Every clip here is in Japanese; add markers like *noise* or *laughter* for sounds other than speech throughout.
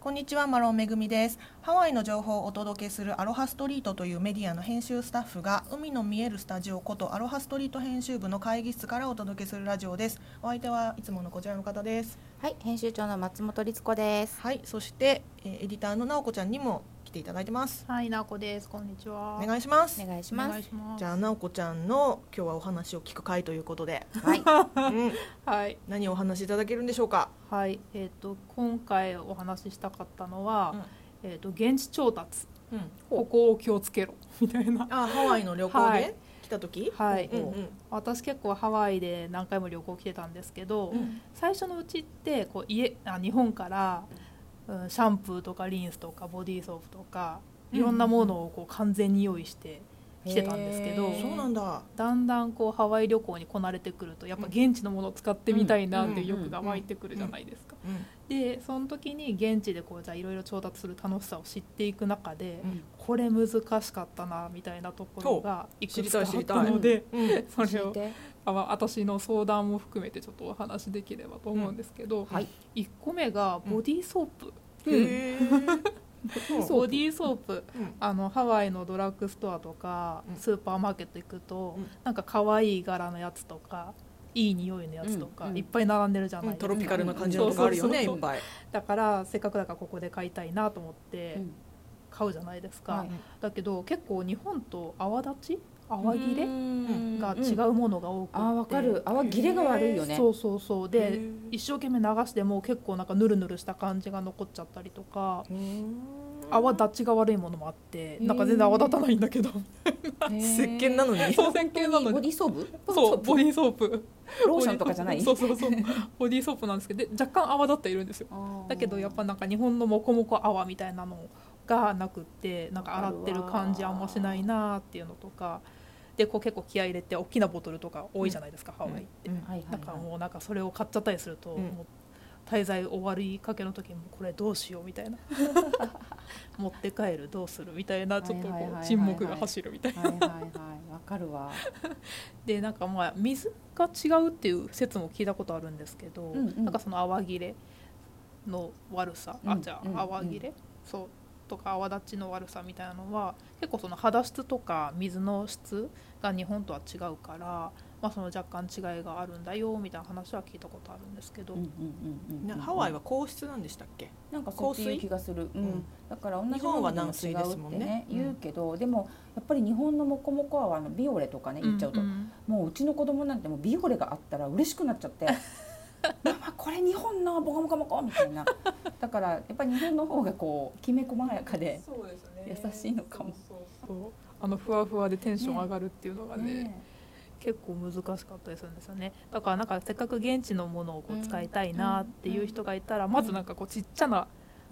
こんにちはマロンめぐみですハワイの情報をお届けするアロハストリートというメディアの編集スタッフが海の見えるスタジオことアロハストリート編集部の会議室からお届けするラジオですお相手はいつものこちらの方ですはい、編集長の松本律子です。はいそして、えーエディターのなおこちゃんにも来ていただいてますはい、なおこです。こんにちは。お願いしますお願いしおま願いす。します。じゃあなおこちゃんの今日はお話を聞く会ということで、はい、うん、はい、何をお話しいただけるんでしょうかはい、えっ、と、今回お話ししたかったのは、えっ、と、現地調達。うん、ここを気をつけろ *laughs* みたいな。あハワイの旅行はでい来た時はいうんうん私結構ハワイで何回も旅行来てたんですけど、うん最初のうちってこう家あ日本から、うん、シャンプーとかリンスとかボディーソープとかいろんなものをこう完全に用意して来てたんですけど、へーそうなんだだんだんこうハワイ旅行にこなれてくるとやっぱ現地のものを使ってみたいなっていう欲が湧いてくるじゃないですか。うんでその時に現地でこうじゃあいろいろ調達する楽しさを知っていく中で、うんこれ難しかったなみたいなところがいくつかあっ知りたいたのでうんそれ教をえてあまあ私の相談も含めてちょっとお話しできればと思うんですけど、はい1個目がボディーソープ、へーそうボディーソープうんあのハワイのドラッグストアとかうんスーパーマーケット行くと、うんなんか可愛い柄のやつとかいい匂いのやつとか、うんうんいっぱい並んでるじゃないですか、トロピカルな感じのとこあるよねいそうそうそっうぱいだからせっかくだからここで買いたいなと思ってうん買うじゃないですか、はいだけど結構日本と泡立ち泡切うれんが違うものが多くて、あー、わかる。泡切れが悪いよね。そうそうそうで、へー一生懸命流しても結構なんかヌルヌルした感じが残っちゃったりとか泡立ちが悪いものもあってーなんか全然泡立たないんだけどへー石鹸なのにそう石鹸なのボにディーソープ？そうボデディーソープィローションとかじゃないそ。うそうそうボディーソープなんですけどで若干泡立っているんですよあーだけどやっぱなんか日本のモコモコ泡みたいなのがなくってなんか洗ってる感じあんましないなっていうのとかでこう結構気合い入れて大きなボトルとか多いじゃないですか、ハワイって、うんはいはいはいだからもうなんかそれを買っちゃったりすると、うんもう滞在終わりかけの時にもうこれどうしようみた *laughs* いな持って帰るどうするみたいなちょっとはいはこいはいはいはうい沈黙が走るみたいなはいはいはい。わかるわ。でなんかまあ水が違うっていう説も聞いたことあるんですけど、うんうんなんかその泡切れの悪さ、うあんじゃうんあ泡切れ、そうとか泡立ちの悪さみたいなのは結構その肌質とか水の質が日本とは違うから、まあ、その若干違いがあるんだよみたいな話は聞いたことあるんですけど、うんうんうんうんなハワイは皇室なんでしたっけなんかそういう気がする。ううんん。だから同日じも本はのでも軟水違ですうもっんてねねうん言うけど、でもやっぱり日本のモコモコ泡のビオレとかね言っちゃうとんんもううちの子供なんてもうビオレがあったら嬉しくなっち *laughs* ゃってママこれ日本のボコモコモコみたいなだからやっぱり日本の方がこうきめ細やかでそうですね優しいのかもそうそうそうあのふわふわでテンション上がるっていうのがねね結構難しかったりするんですよねだからなんかせっかく現地のものをこう使いたいなっていう人がいたら、まずなんかこうちっちゃな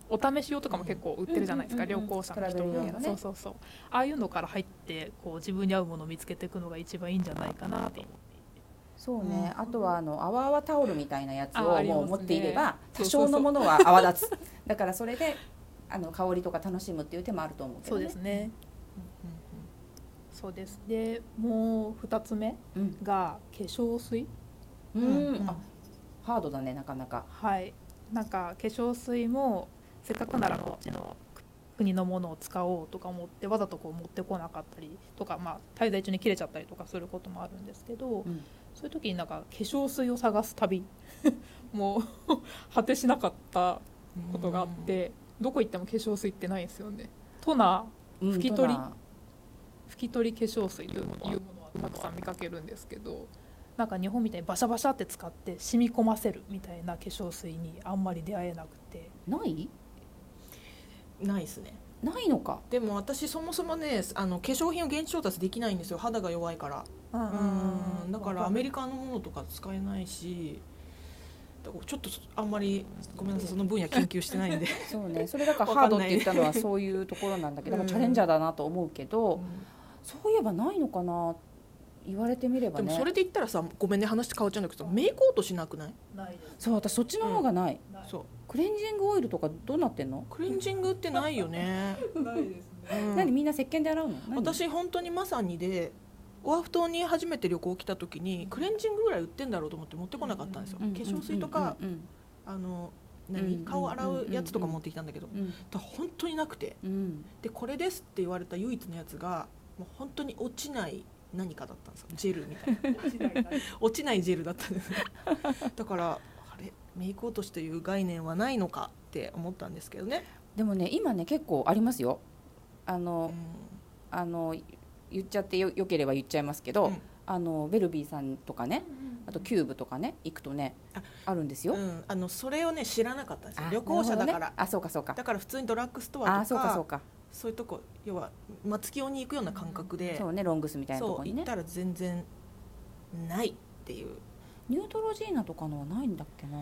お試し用とかも結構売ってるじゃないですか、うんうんうんうん旅行者の人も、トラベル用のねそうそうそうああいうのから入ってこう自分に合うものを見つけていくのが一番いいんじゃないかなと思っていてそうね、あとはあの泡泡タオルみたいなやつああをりますもねう持っていればそ多うそうそう少のものは泡立つだからそれであの香りとか楽しむっていう手もあると思うけそどうねですねそうですでもう2つ目うん、が化粧水うんうんあハードだねなかなかはいなんか化粧水もせっかくならこっちの国のものを使おうとか思ってわざとこう持ってこなかったりとか、まあ、滞在中に切れちゃったりとかすることもあるんですけど、んそういう時になんか化粧水を探す旅もう果てしなかったことがあって、どこ行っても化粧水ってないんですよね。トナ拭き取りうんとなー拭き取り化粧水というものはたくさん見かけるんですけどなんか日本みたいにバシャバシャって使って染み込ませるみたいな化粧水にあんまり出会えなくて。ないないですねないのかでも私そもそもねあの化粧品を現地調達できないんですよ肌が弱いからうんだからアメリカのものとか使えないしだからちょっとあんまりごめんなさいその分野研究してないんでそうね、それだからわハかんードっないて言ったのはそういうところなんだけど、うんだからチャレンジャーだなと思うけど、うそういえばないのかな言われてみればんでねもそれで言ったらさごめんね話変わっちゃうんだけどさメイク落としなくないないですそう私そっちの方がない、ないそうクレンジングオイルとかどうなってんの、クレンジングってないよね、ないですうね。ん何みんな石鹸で洗うの何私本当にまさにでオアフ島に初めて旅行来た時にクレンジングぐらい売ってんだろうと思って持ってこなかったんですよ、うん化粧水とか、うんうんうんあの何、うん顔洗うやつとか持ってきたんだけど、うんだから本当になくてうんでこれですって言われた唯一のやつがもう本当に落ちない何かだったんですよジェルみたいな落ちないジェルだったんですよ *laughs* だからあれメイク落としという概念はないのかって思ったんですけどね、でもね今ね結構ありますよあうの、んあの言っちゃってよよければ言っちゃいますけど、うんあのベルビーさんとかねあとキュューブとかね行くとねああるんですよ、うん、あのそれをね知らなかったんですよあ旅行者だかなるほどら、ねあそうかそうかだから普通にドラッグストアとかあそうかそうかそういうとこ要は松木雄に行くような感覚で、そうねロングスみたいなとそこうに行っねたら全然ないっていうニュートロジーナとかのはないんだっけな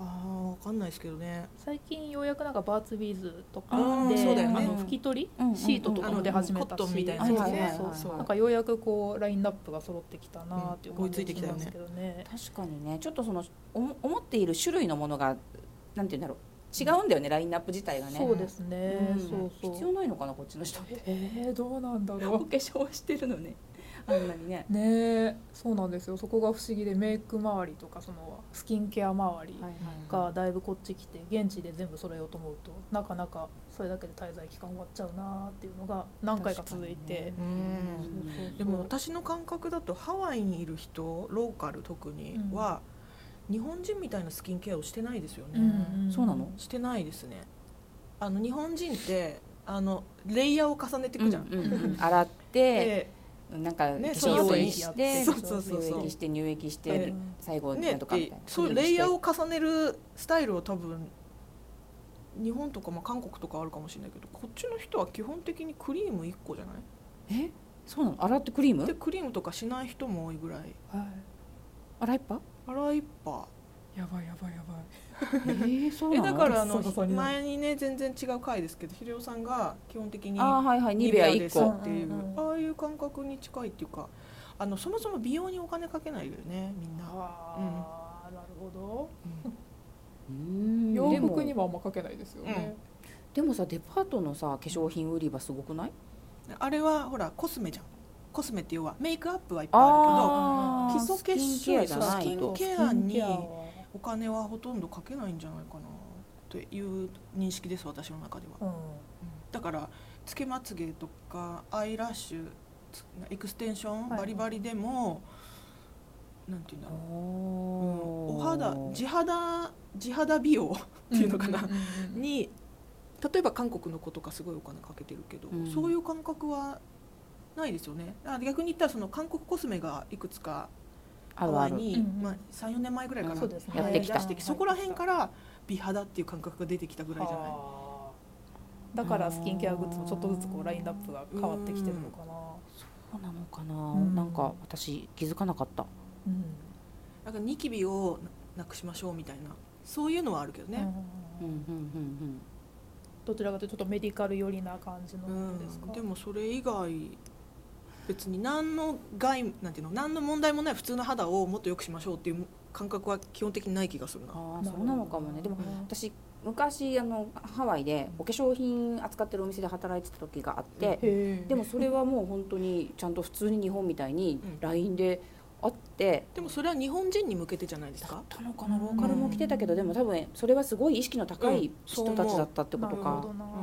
あーわかんないですけどね最近ようやくなんかバーツビーズとかあーでそうだよねあの拭き取り、うんうんうんシートとかも出始めたしあのコットンみたいなやつねそうそうはいそうそうはいはいなんかようやくこうラインナップが揃ってきたなっていううん追感いついじてがきしたよねますけどね。確かにねちょっとそのおも思っている種類のものがなんて言うんだろう違うんだよね、ラインナップ自体がねそうですね。うんそうそう。必要ないのかなこっちの人ってえー、どうなんだおろ化粧はしてるのねあんなにねう。ねえそうなんですよそこが不思議でメイク周りとかそのスキンケア周りがだいぶこっち来て現地で全部揃えようと思うとなかなかそれだけで滞在期間終わっちゃうなっていうのが何回か続いて、確かにねそうそうそうでも私の感覚だとハワイにいる人ローカル特にうんは、日本人みたいなスキンケアをしてないですよね、うんそうなのしてないですねあの日本人ってあのレイヤーを重ねていくじゃん、うんうんうん洗って、でなんか化ねその粧後水にしやっててそうそうそうそう乳液して乳液しえてえ最後ねなんとかみでたいなそういうレイヤーをを重ねるスタイルを多分日本とか、まあ、韓国とかあるかもしれないけどこっちの人は基本的にクリーム1個じゃないえそうなの洗ってクリーでムクリームとかしない人も多いぐらいは洗いっぱ洗いっぱい、やばいやばいやばいえー、そうえなのだからあのそうそう前にね全然違う回ですけどひでおさんが基本的にあーはいはいニニベベアアで1す個っていううんうんああいう感覚に近いっていうかあのそもそも美容にお金かけないよねみんな、ああ、なるほどうーん洋でも服にはあんまかけないですよね、でもさデパートのさ化粧品売り場すごくないあれはほらコスメじゃんコスメって要はメイクアップはいっぱいあるあー基礎化粧スキンケアじゃなそいうそとううケアにスキンケアはけどお金はほとんどかけないんじゃないかなという認識です私の中ではうんだからつけまつげとかアイラッシュつエクステンションはいバリバリでも、なんていうんだろう、うんおお肌地肌地肌美容っていうのかな、んうんうんに例えば韓国の子とかすごいお金かけてるけど、うんそういう感覚はないですよねあ逆に言ったらその韓国コスメがいくつかあるあるに、うんうんまあ、34年前ぐらいから、そうですねやってきた流行り出してそこら辺から美肌っていう感覚が出てきたぐらいじゃないあーだからスキンケアグッズもちょっとずつこうラインナップが変わってきてるのかな、そうなのかな、んなんか私気づかなかったうんなんかニキビをなくしましょうみたいなそういうのはあるけどね、うんうんうんどちらかというとちょっとメディカル寄りな感じのうものんですか、でもそれ以外別に何の害なんていうの何の問題もない普通の肌をもっと良くしましょうっていう感覚は基本的にない気がするなう。んああそうなのかもねでもうん私昔あのハワイでお化粧品扱ってるお店で働いてた時があって、へえでもそれはもう本当にちゃんと普通に日本みたいにうん LINE で会って、でもそれは日本人に向けてじゃないですか。だったのかなローカルも来てたけど、でも多分それはすごい意識の高ういんそう思人うたちだったってこなとるほか、どな、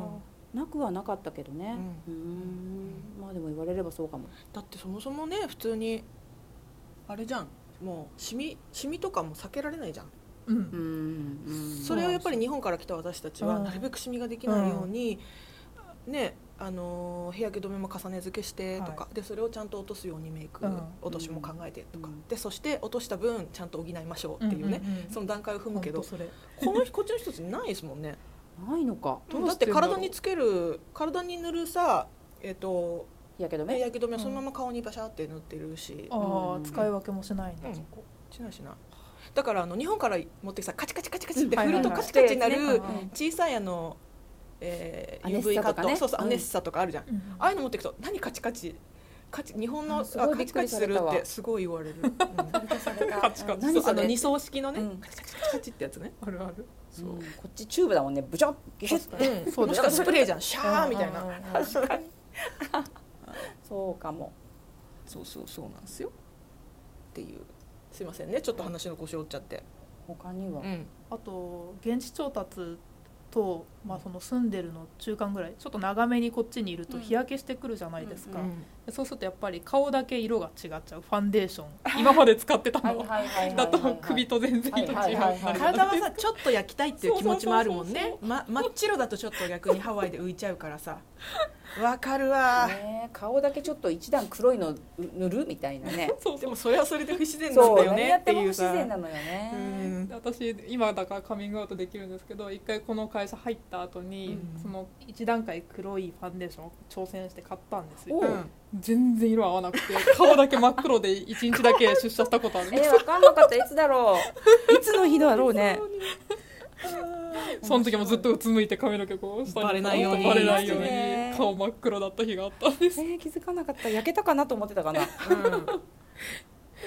なくはなかったけどねううーんまあでも言われればそうかもだってそもそもね普通にあれじゃん。もうシミシミとかも避けられないじゃん。うんうーんうんそれはやっぱり日本から来た私たちはうんなるべくシミができないように、ねあのー日焼け止めも重ね付けしてとか、でそれをちゃんと落とすようにメイク、うん落としも考えてとか、うんでそして落とした分ちゃんと補いましょうっていうね、うんうんその段階を踏むけどほんとそれこのこっちの人たちないですもんね。ないのかどうだっしててんだろう体につける体に塗るさえっ、と日焼け止め焼け止めをそのまま顔にバシャって塗ってるし、ああ、うん使い分けもしないんだ、うんそこしないしないだからあの日本から持ってきたカチカチカチカチってうん振るとはいはいはいカチカチになるうん小さいあの、えアネー、ッサ UV カとッかト、ねそうそううアんネッサとかあるじゃん、うんああいうの持ってくと何カチカチカチ日本のああすごいカチカチするびっくりされたっわてすごい言われる、うんカチカチそう *laughs* 何あそのれ二層式のね、うんカチカチカチカチってやつねあるあるそう、うんこっちチューブだもんねブチョッギュッ確かにうん、そうもだしよくはスプレーじゃんシャーみたいな、うんうんうんうんそうかもそうそうそうなんですよっていうすいませんねちょっと話の腰折っちゃって、他にはうん、あと現地調達と、まあ、その住んでるの中間ぐらいちょっと長めにこっちにいるとうん日焼けしてくるじゃないですか、うんでそうするとやっぱり顔だけ色が違っちゃうファンデーション *laughs* 今まで使ってたはいのはいはいはいはいだと首と全然色違う、はいはいはい体はさちょっと焼きたいっていう気持ちもあるもんそうそうね、ま、真っ白だとちょっと逆にハワイで浮いちゃうからさわかるわ、ねえ顔だけちょっと一段黒いの塗るみたいなねそうでそうもそれはそれで不自然なんそだうよ何ねやっってていも不う自さ然なのよね、うん私今だからカミングアウトできるんですけど一回この会社入った後に、うんその一段階黒いファンデーションを挑戦して買ったんですよおうん全然色合わなくて顔だけ真っ黒で一日だけ出社したことあるえー、わかんなかったいつだろう *laughs* いつの日だろうねその時もずっとうつむいて髪の毛こう下にバレないようにバレないよういいですねに顔真っ黒だった日があったんでえー、気づかなかった焼けたかなと思ってたか *laughs* うなん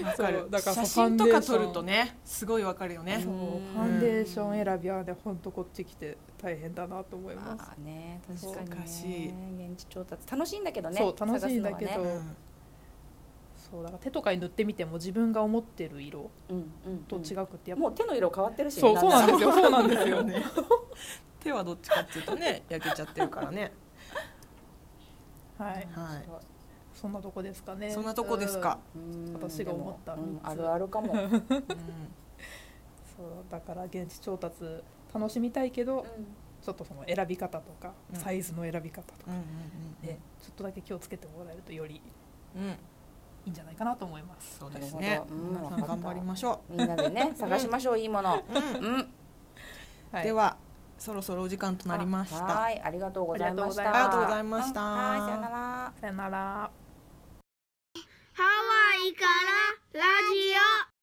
わかそるうだから写真とか撮るとねすごいわかるよねすうそんうファンデーション選びはね本当こっち来て大変だなと思いまああね確かそうおかしにいね現地調達楽しいんだけどすねそう楽しいんだけど、探すのはねうんそうだから手とかに塗ってみても自分が思ってる色うんうんと違うくてやんっぱ、もう手の色変わってるしねそうそうなんだですよそうなんですよね手はどっちかっていうと *laughs* ね焼けちゃってるからねはいはそうそんなとこですかねいそんなとこですか、うん私が思ったでもうん三つあるある *laughs* かも、うんうんうんそうだから現地調達楽しみたいけど、ちょっとその選び方とかうんサイズの選び方とかうんね、ちょっとだけ気をつけてもらえるとよりいうんうんうんいんじゃないかなと思います。そうですねなるほどうん皆さん頑張りましょみんなでね探しましょういいもの、ううんうん、はい、ではそろそろお時間となりましたはいありがとうございましたあありがとうございました。はいさよならさよなら。ハワイからラジオ